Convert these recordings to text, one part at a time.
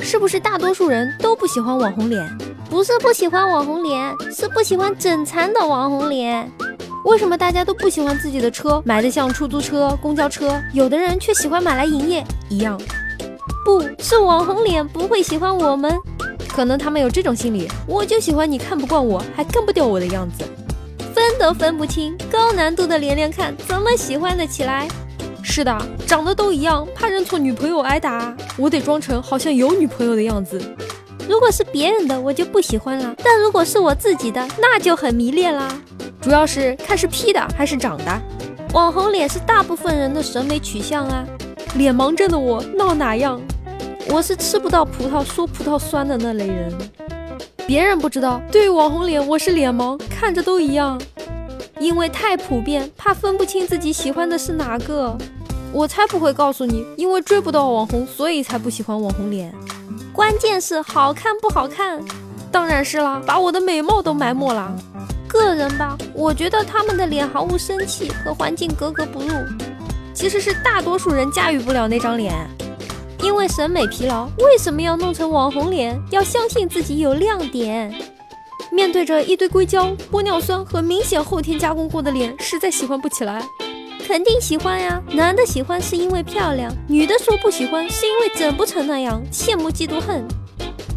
是不是大多数人都不喜欢网红脸？不是不喜欢网红脸，是不喜欢整残的网红脸。为什么大家都不喜欢自己的车买的像出租车、公交车，有的人却喜欢买来营业一样？不是网红脸不会喜欢我们，可能他们有这种心理，我就喜欢你看不惯我，还干不掉我的样子。分都分不清，高难度的连连看怎么喜欢得起来？是的，长得都一样，怕认错女朋友挨打、啊，我得装成好像有女朋友的样子。如果是别人的，我就不喜欢了；但如果是我自己的，那就很迷恋啦。主要是看是 P 的还是长的，网红脸是大部分人的审美取向啊。脸盲症的我闹哪样？我是吃不到葡萄说葡萄酸的那类人。别人不知道，对网红脸我是脸盲，看着都一样。因为太普遍，怕分不清自己喜欢的是哪个。我才不会告诉你，因为追不到网红，所以才不喜欢网红脸。关键是好看不好看，当然是啦，把我的美貌都埋没了。个人吧，我觉得他们的脸毫无生气，和环境格格不入。其实是大多数人驾驭不了那张脸，因为审美疲劳。为什么要弄成网红脸？要相信自己有亮点。面对着一堆硅胶、玻尿酸和明显后天加工过的脸，实在喜欢不起来。肯定喜欢呀、啊，男的喜欢是因为漂亮，女的说不喜欢是因为整不成那样，羡慕嫉妒恨。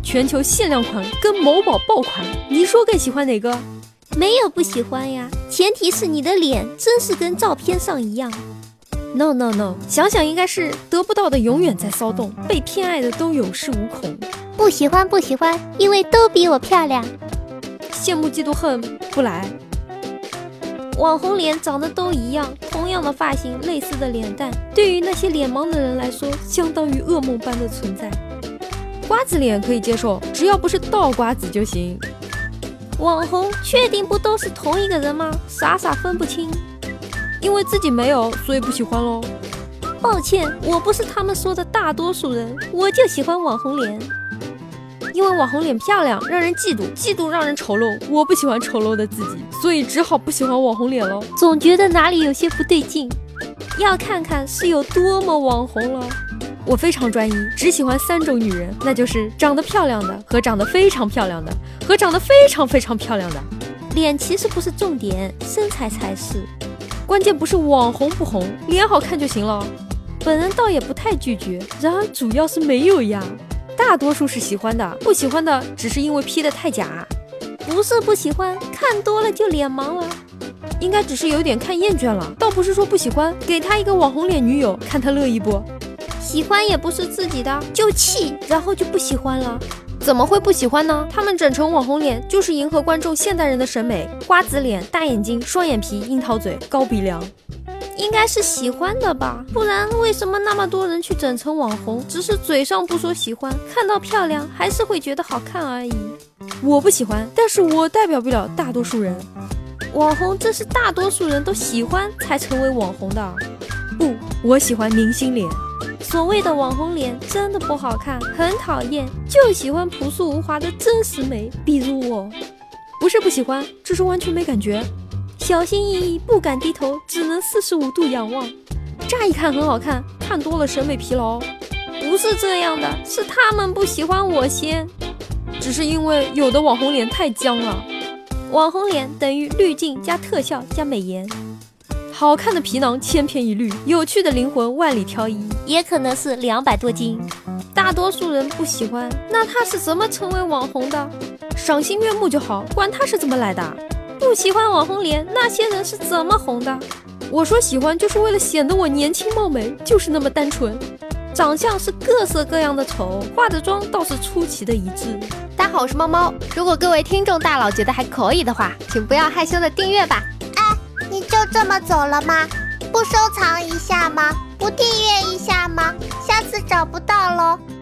全球限量款跟某宝爆款，你说更喜欢哪个？没有不喜欢呀，前提是你的脸真是跟照片上一样。 No no no，想想应该是得不到的永远在骚动，被偏爱的都有恃无恐。不喜欢不喜欢，因为都比我漂亮。羡慕嫉妒恨不来。网红脸长得都一样，同样的发型，类似的脸蛋，对于那些脸盲的人来说，相当于噩梦般的存在。瓜子脸可以接受，只要不是倒瓜子就行。网红确定不都是同一个人吗？傻傻分不清，因为自己没有，所以不喜欢喽。抱歉，我不是他们说的大多数人，我就喜欢网红脸，因为网红脸漂亮，让人嫉妒，嫉妒让人丑陋，我不喜欢丑陋的自己，所以只好不喜欢网红脸喽。总觉得哪里有些不对劲，要看看是有多么网红了。我非常专一，只喜欢三种女人，那就是长得漂亮的和长得非常漂亮的和长得非常非常漂亮的。脸其实不是重点，身材才是。关键不是网红不红，脸好看就行了。本人倒也不太拒绝，然而主要是没有呀。大多数是喜欢的，不喜欢的只是因为 P 的太假。不是不喜欢，看多了就脸盲了。应该只是有点看厌倦了，倒不是说不喜欢。给他一个网红脸女友，看他乐意不？喜欢也不是自己的，就气，然后就不喜欢了。怎么会不喜欢呢？他们整成网红脸，就是迎合观众现代人的审美：瓜子脸、大眼睛、双眼皮、樱桃嘴、高鼻梁。应该是喜欢的吧，不然为什么那么多人去整成网红？只是嘴上不说喜欢，看到漂亮还是会觉得好看而已。我不喜欢，但是我代表不了大多数人。网红这是大多数人都喜欢才成为网红的。不，我喜欢明星脸。所谓的网红脸真的不好看，很讨厌，就喜欢朴素无华的真实美。比如我，不是不喜欢，只是完全没感觉，小心翼翼，不敢低头，只能四十五度仰望。乍一看很好看，看多了审美疲劳。不是这样的，是他们不喜欢我先，只是因为有的网红脸太僵了。网红脸等于滤镜加特效加美颜。好看的皮囊千篇一律，有趣的灵魂万里挑一，也可能是两百多斤。大多数人不喜欢，那他是怎么成为网红的？赏心悦目就好，管他是怎么来的。不喜欢网红脸，那些人是怎么红的？我说喜欢就是为了显得我年轻貌美，就是那么单纯。长相是各色各样的丑，化的妆倒是出奇的一致。大家好，我是猫猫。如果各位听众大佬觉得还可以的话，请不要害羞的订阅吧。你就这么走了吗？不收藏一下吗？不订阅一下吗？下次找不到喽。